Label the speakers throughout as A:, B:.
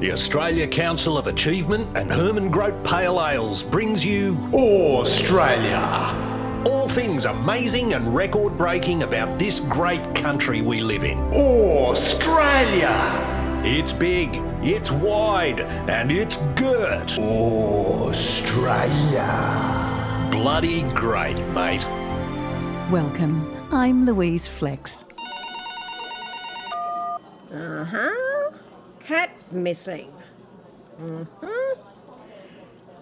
A: The Australia Council of Achievement and Herman Grote Pale Ales brings you
B: Australia.
A: all things amazing and record breaking about this great country we live in.
B: Australia.
A: It's big, it's wide, and it's girt.
B: Australia.
A: Bloody great, mate.
C: Welcome. I'm Louise Flex.
D: Huh? Uh-huh. Cat missing. hmm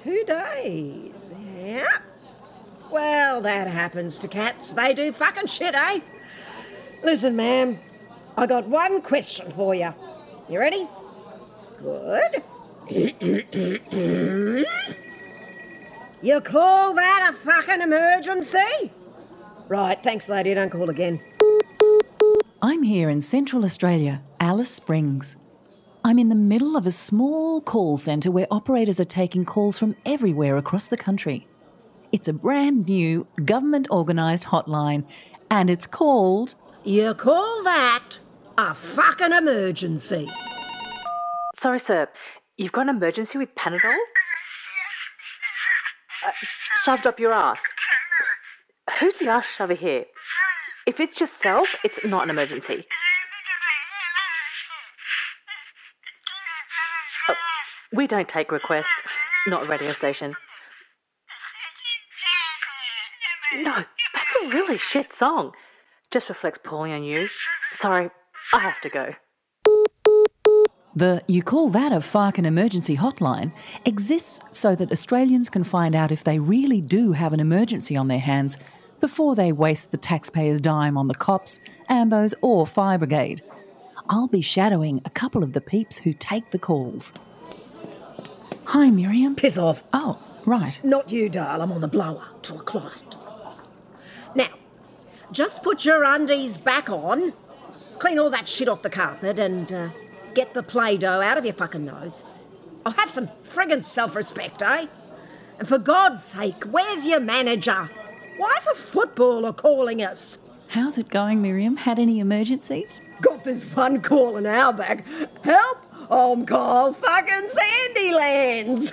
D: Two days. Yep. Well, that happens to cats. They do fucking shit, eh? Listen, ma'am, I got one question for you. You ready? Good. you call that a fucking emergency? Right, thanks, lady. Don't call again.
C: I'm here in central Australia, Alice Springs. I'm in the middle of a small call centre where operators are taking calls from everywhere across the country. It's a brand new government organised hotline and it's called
D: You call that a fucking emergency?
E: Sorry, sir. You've got an emergency with Panadol? Uh, shoved up your ass. Who's the ass shover here? If it's yourself, it's not an emergency. Uh, we don't take requests, not a radio station. No, that's a really shit song. Just reflects poorly on you. Sorry, I have to go.
C: The You Call That a Farkin Emergency Hotline exists so that Australians can find out if they really do have an emergency on their hands before they waste the taxpayers' dime on the cops, AMBOs, or fire brigade. I'll be shadowing a couple of the peeps who take the calls. Hi, Miriam.
D: Piss off.
C: Oh, right.
D: Not you, darl. I'm on the blower to a client. Now, just put your undies back on, clean all that shit off the carpet, and uh, get the Play Doh out of your fucking nose. I'll have some friggin' self respect, eh? And for God's sake, where's your manager? Why is a footballer calling us?
C: How's it going, Miriam? Had any emergencies?
D: Got this one call an hour back. Help! I'm Carl fucking Sandylands!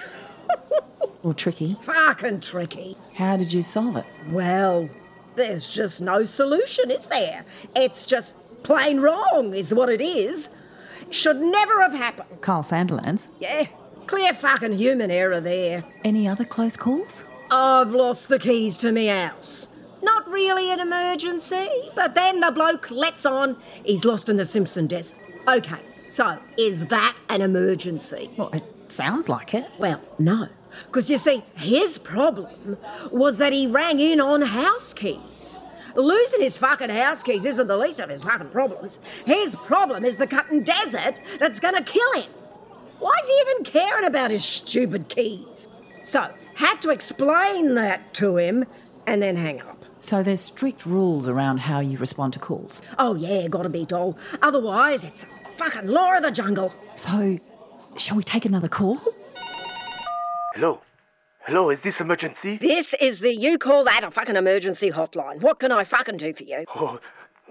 C: Or tricky?
D: fucking tricky.
C: How did you solve it?
D: Well, there's just no solution, is there? It's just plain wrong, is what it is. Should never have happened.
C: Carl Sandilands.
D: Yeah, clear fucking human error there.
C: Any other close calls?
D: I've lost the keys to me house. Not really an emergency, but then the bloke lets on he's lost in the Simpson desk. Okay, so is that an emergency?
C: Well, it sounds like it.
D: Well, no. Because you see, his problem was that he rang in on house keys. Losing his fucking house keys isn't the least of his fucking problems. His problem is the cutting desert that's gonna kill him. Why is he even caring about his stupid keys? So, had to explain that to him and then hang up.
C: So there's strict rules around how you respond to calls.
D: Oh, yeah, gotta be doll. Otherwise, it's fucking law of the jungle.
C: So, shall we take another call?
F: Hello? Hello, is this emergency?
D: This is the you call that a fucking emergency hotline. What can I fucking do for you?
F: Oh,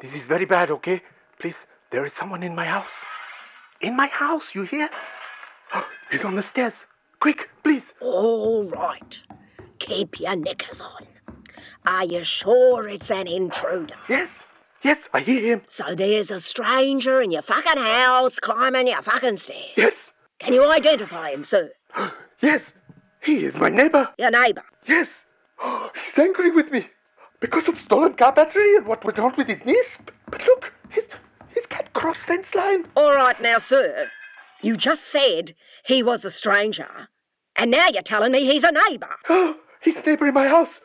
F: this is very bad, okay? Please, there is someone in my house. In my house, you hear? He's on the stairs. Quick, please.
D: All right. Keep your knickers on. Are you sure it's an intruder?
F: Yes, yes, I hear him.
D: So there's a stranger in your fucking house climbing your fucking stairs.
F: Yes,
D: Can you identify him, sir?
F: yes, he is my neighbor.
D: Your neighbour.
F: Yes, he's angry with me because of stolen car battery and what went on with his niece. But look, his, his cat cross fence line.
D: All right now, sir. You just said he was a stranger. And now you're telling me he's a neighbour.
F: Oh, his neighbor in my house.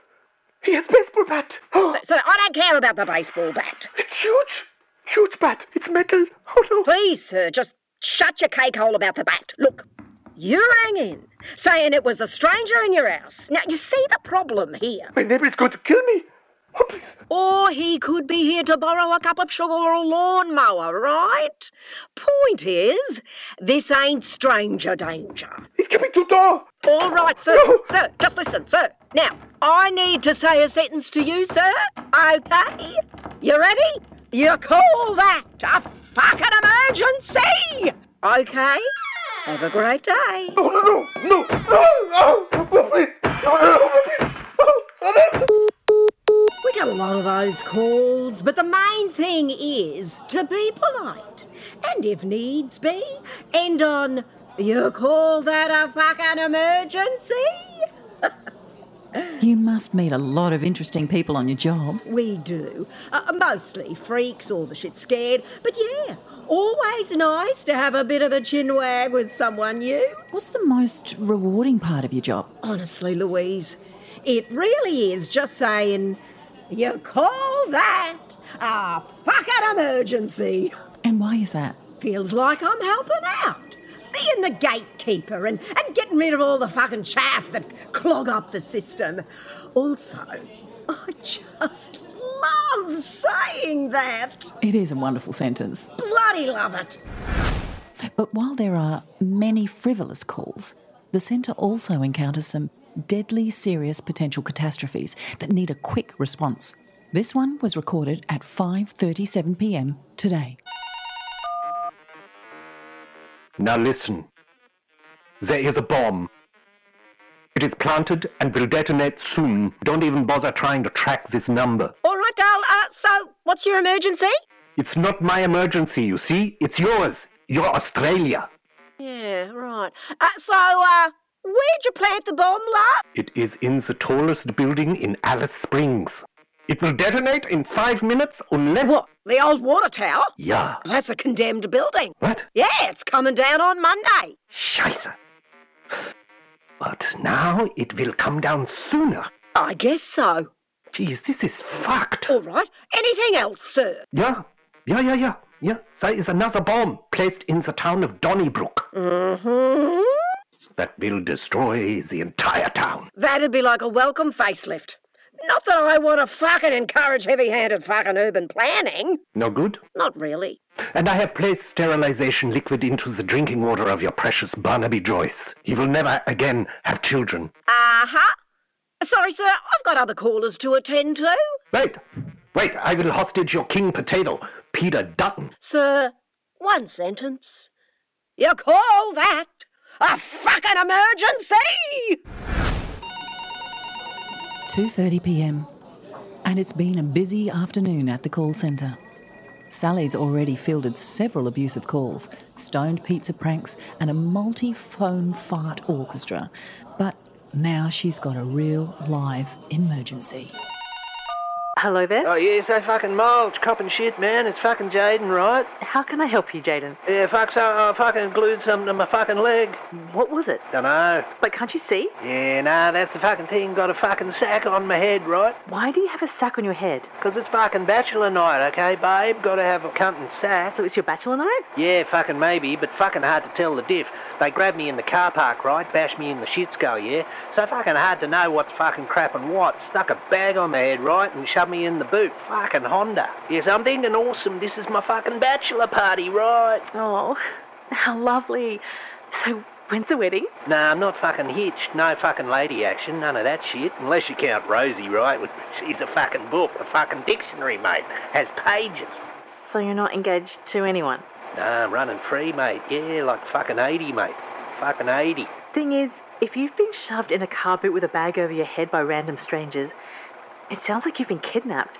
F: He has baseball bat. Oh,
D: Sir, I don't care about the baseball bat.
F: it's huge, huge bat. It's metal. Oh no.
D: Please, sir, just shut your cake hole about the bat. Look, you rang in saying it was a stranger in your house. Now, you see the problem here.
F: My neighbor is going to kill me. Oh, please.
D: Or he could be here to borrow a cup of sugar or a lawnmower, right? Point is, this ain't stranger danger.
F: He's coming to door.
D: All right, sir.
F: No.
D: Sir, just listen, sir. Now, I need to say a sentence to you, sir. Okay? You ready? You call that a fucking emergency? Okay? Have a great day.
G: No, no, no, no, no,
F: Oh,
G: no, no, please. No, no, no, please. Oh, no, no.
D: We get a lot of those calls, but the main thing is to be polite. And if needs be, end on, you call that a fucking emergency?
C: You must meet a lot of interesting people on your job.
D: We do. Uh, mostly freaks or the shit scared. But yeah, always nice to have a bit of a chin wag with someone new.
C: What's the most rewarding part of your job?
D: Honestly, Louise, it really is just saying, you call that a fucking emergency.
C: And why is that?
D: Feels like I'm helping out. Being the gatekeeper and, and getting rid of all the fucking chaff that clog up the system. Also, I just love saying that.
C: It is a wonderful sentence.
D: Bloody love it.
C: But while there are many frivolous calls, the centre also encounters some deadly serious potential catastrophes that need a quick response. This one was recorded at 5:37 p.m. today.
F: Now listen. There is a bomb. It is planted and will detonate soon. Don't even bother trying to track this number.
D: All right, Dal, uh, so what's your emergency?
F: It's not my emergency, you see. It's yours. You're Australia.
D: Yeah, right. Uh, so, uh, where'd you plant the bomb, love?
F: It is in the tallest building in Alice Springs. It will detonate in five minutes unless.
D: What, the old water tower?
F: Yeah.
D: That's a condemned building.
F: What?
D: Yeah, it's coming down on Monday.
F: Scheiße. But now it will come down sooner.
D: I guess so.
F: Geez, this is fucked.
D: All right. Anything else, sir?
F: Yeah, yeah, yeah, yeah, yeah. There is another bomb placed in the town of Donnybrook
D: Hmm?
F: that will destroy the entire town.
D: That'd be like a welcome facelift. Not that I want to fucking encourage heavy handed fucking urban planning.
F: No good?
D: Not really.
F: And I have placed sterilization liquid into the drinking water of your precious Barnaby Joyce. He will never again have children.
D: Uh huh. Sorry, sir, I've got other callers to attend to.
F: Wait, wait, I will hostage your king potato, Peter Dutton.
D: Sir, one sentence. You call that a fucking emergency?
C: 2:30 p.m. And it's been a busy afternoon at the call centre. Sally's already fielded several abusive calls, stoned pizza pranks, and a multi-phone fart orchestra. But now she's got a real live emergency.
H: Hello there.
A: Oh, yeah, so fucking mild, copping shit, man. It's fucking Jaden, right?
H: How can I help you, Jaden?
A: Yeah, fuck, so I fucking glued something to my fucking leg.
H: What was it?
A: Dunno.
H: But can't you see?
A: Yeah, nah, that's the fucking thing. Got a fucking sack on my head, right?
H: Why do you have a sack on your head?
A: 'Cause it's fucking bachelor night, okay, babe? Gotta have a cunt and sack.
H: So it's your bachelor night?
A: Yeah, fucking maybe, but fucking hard to tell the diff. They grabbed me in the car park, right? Bashed me in the shit skull, yeah? So fucking hard to know what's fucking crap and what. Stuck a bag on my head, right? And shoved me in the boot. Fucking Honda. Yes, I'm thinking awesome. This is my fucking bachelor party, right?
H: Oh, how lovely. So when's the wedding?
A: Nah, I'm not fucking hitched. No fucking lady action. None of that shit. Unless you count Rosie, right? She's a fucking book, a fucking dictionary, mate. Has pages.
H: So you're not engaged to anyone.
A: Nah, I'm running free, mate. Yeah, like fucking 80, mate. Fucking 80.
H: Thing is, if you've been shoved in a car boot with a bag over your head by random strangers, it sounds like you've been kidnapped.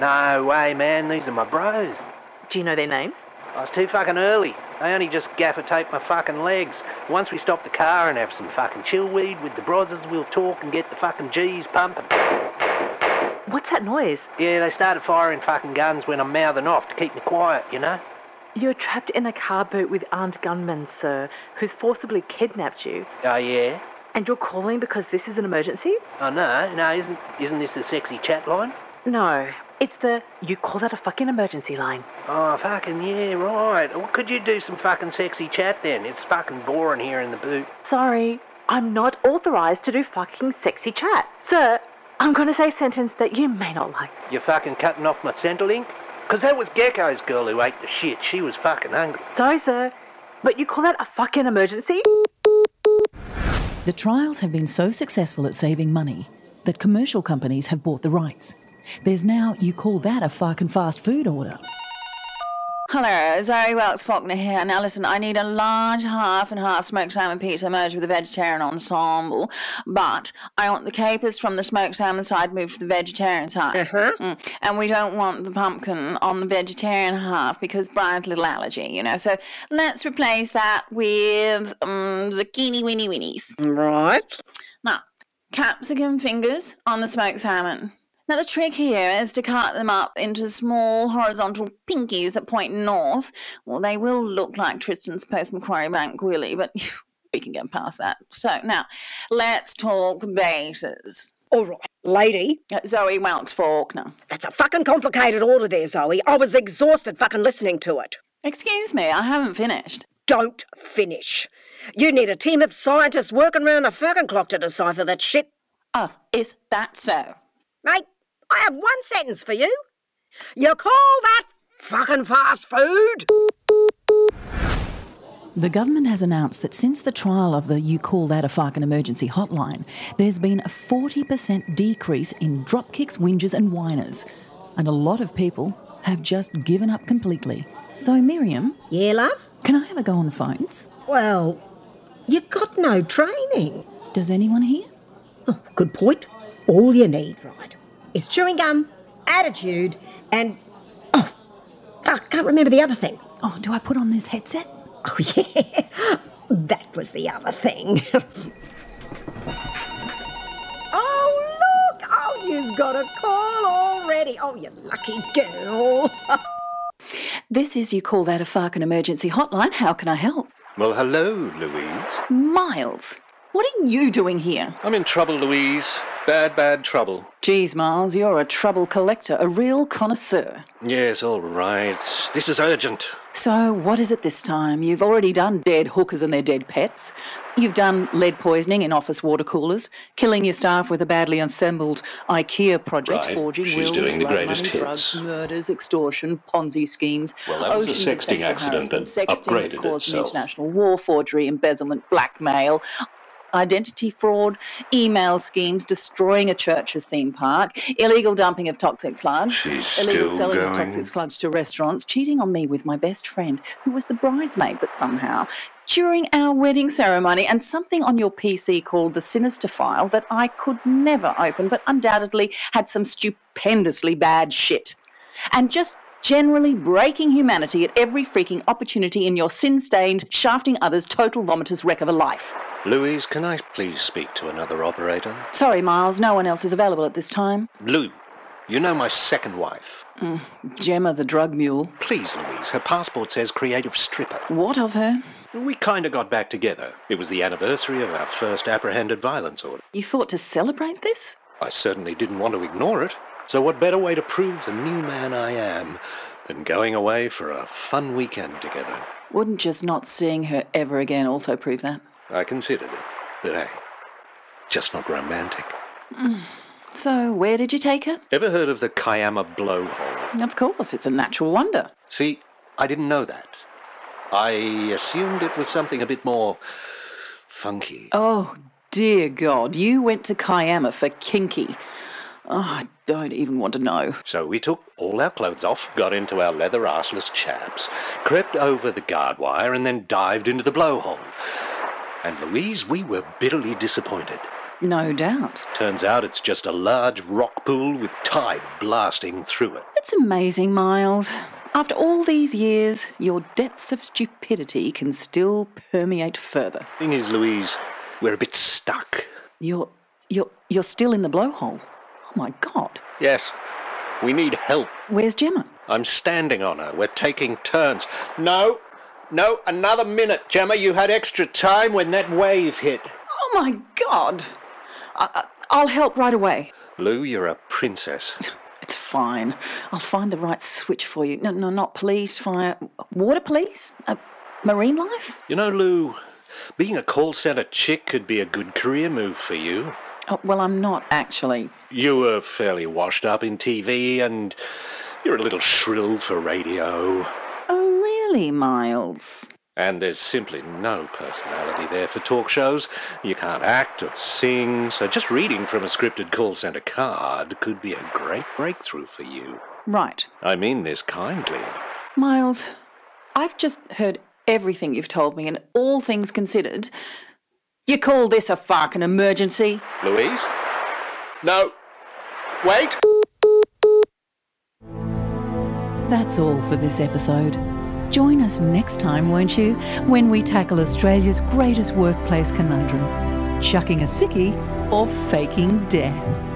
A: No way, man. These are my bros.
H: Do you know their names?
A: I was too fucking early. They only just gaffer taped my fucking legs. Once we stop the car and have some fucking chill weed with the brothers, we'll talk and get the fucking G's pumping.
H: What's that noise?
A: Yeah, they started firing fucking guns when I'm mouthing off to keep me quiet, you know?
H: You're trapped in a car boot with armed gunmen, sir, who's forcibly kidnapped you,
A: Oh, yeah?
H: and you're calling because this is an emergency?
A: Oh no, no, isn't isn't this a sexy chat line?
H: No, it's the you call that a fucking emergency line.
A: Oh fucking yeah, right. Well, could you do some fucking sexy chat then? It's fucking boring here in the boot.
H: Sorry, I'm not authorized to do fucking sexy chat. Sir, I'm gonna say a sentence that you may not like.
A: You're fucking cutting off my Centrelink? Cause that was Gecko's girl who ate the shit. She was fucking hungry.
H: Sorry, sir, but you call that a fucking emergency?
C: The trials have been so successful at saving money that commercial companies have bought the rights. There's now, you call that a fucking fast food order.
I: Hello, Zoe Welks Faulkner here. Now listen, I need a large half and half smoked salmon pizza merged with a vegetarian ensemble, but I want the capers from the smoked salmon side moved to the vegetarian side.
D: Uh-huh.
I: Mm. And we don't want the pumpkin on the vegetarian half because Brian's little allergy, you know. So let's replace that with um, zucchini weenie weenies.
D: Right.
I: Now, capsicum fingers on the smoked salmon. Now, the trick here is to cut them up into small horizontal pinkies that point north. Well, they will look like Tristan's post Macquarie Bank Willie, but we can get past that. So, now, let's talk bases.
D: All right, lady.
I: Uh, Zoe Welks Faulkner.
D: That's a fucking complicated order there, Zoe. I was exhausted fucking listening to it.
I: Excuse me, I haven't finished.
D: Don't finish. You need a team of scientists working round the fucking clock to decipher that shit.
I: Oh, is that so?
D: Mate, I have one sentence for you. You call that fucking fast food?
C: The government has announced that since the trial of the You Call That a Fucking Emergency hotline, there's been a 40% decrease in dropkicks, whingers, and whiners. And a lot of people have just given up completely. So, Miriam,
D: Yeah, love?
C: can I have a go on the phones?
D: Well, you've got no training. Oh,
C: Does anyone hear?
D: Good point. All you need, right, is chewing gum, attitude, and. Oh, I can't remember the other thing.
C: Oh, do I put on this headset?
D: Oh, yeah. That was the other thing. oh, look! Oh, you've got a call already. Oh, you lucky girl.
C: This is You Call That a Fucking Emergency Hotline. How can I help?
A: Well, hello, Louise.
C: Miles, what are you doing here?
A: I'm in trouble, Louise. Bad, bad trouble.
C: Geez, Miles, you're a trouble collector, a real connoisseur.
A: Yes, all right. This is urgent.
C: So, what is it this time? You've already done dead hookers and their dead pets. You've done lead poisoning in office water coolers, killing your staff with a badly assembled IKEA project,
A: Right.
C: forging
A: She's
C: wills,
A: doing the
C: blood
A: greatest
C: money, drugs,
A: hits.
C: murders, extortion, Ponzi schemes.
A: Well, that was a
C: oceans of
A: sexting
C: sexual
A: accident that
C: harassment, sexting
A: upgraded
C: that caused an
A: itself.
C: international war, forgery, embezzlement, blackmail. Identity fraud, email schemes, destroying a church's theme park, illegal dumping of toxic sludge,
A: She's
C: illegal
A: still
C: selling of
A: going.
C: toxic sludge to restaurants, cheating on me with my best friend, who was the bridesmaid, but somehow during our wedding ceremony, and something on your PC called the Sinister File that I could never open, but undoubtedly had some stupendously bad shit. And just generally breaking humanity at every freaking opportunity in your sin stained, shafting others, total vomitous wreck of a life.
A: Louise, can I please speak to another operator?
C: Sorry, Miles, no one else is available at this time.
A: Lou, you know my second wife.
C: Gemma the drug mule.
A: Please, Louise, her passport says creative stripper.
C: What of her?
A: We kinda got back together. It was the anniversary of our first apprehended violence order.
C: You thought to celebrate this?
A: I certainly didn't want to ignore it. So, what better way to prove the new man I am than going away for a fun weekend together?
C: Wouldn't just not seeing her ever again also prove that?
A: I considered it, but hey, just not romantic.
C: So, where did you take her?
A: Ever heard of the Kayama blowhole?
C: Of course, it's a natural wonder.
A: See, I didn't know that. I assumed it was something a bit more funky.
C: Oh, dear God, you went to Kiama for kinky. Oh, I don't even want to know.
A: So we took all our clothes off, got into our leather arseless chaps, crept over the guard wire, and then dived into the blowhole. And Louise, we were bitterly disappointed.
C: No doubt.
A: Turns out it's just a large rock pool with tide blasting through it.
C: It's amazing, Miles. After all these years, your depths of stupidity can still permeate further.
A: Thing is, Louise, we're a bit stuck.
C: You're, you're, you're still in the blowhole. Oh my God.
A: Yes, we need help.
C: Where's Gemma?
A: I'm standing on her. We're taking turns. No, no, another minute, Gemma. You had extra time when that wave hit.
C: Oh my God. I, I, I'll help right away.
A: Lou, you're a princess.
C: It's fine. I'll find the right switch for you. No, no, not police, fire, water police, uh, marine life.
A: You know, Lou, being a call center chick could be a good career move for you.
C: Oh, well, I'm not actually.
A: You were fairly washed up in TV and you're a little shrill for radio.
C: Oh, really, Miles?
A: And there's simply no personality there for talk shows. You can't act or sing, so just reading from a scripted call center card could be a great breakthrough for you.
C: Right.
A: I mean this kindly.
I: Miles, I've just heard everything you've told me, and all things considered, you call this a fucking emergency?
A: Louise? No. Wait!
C: That's all for this episode. Join us next time, won't you, when we tackle Australia's greatest workplace conundrum chucking a sickie or faking death.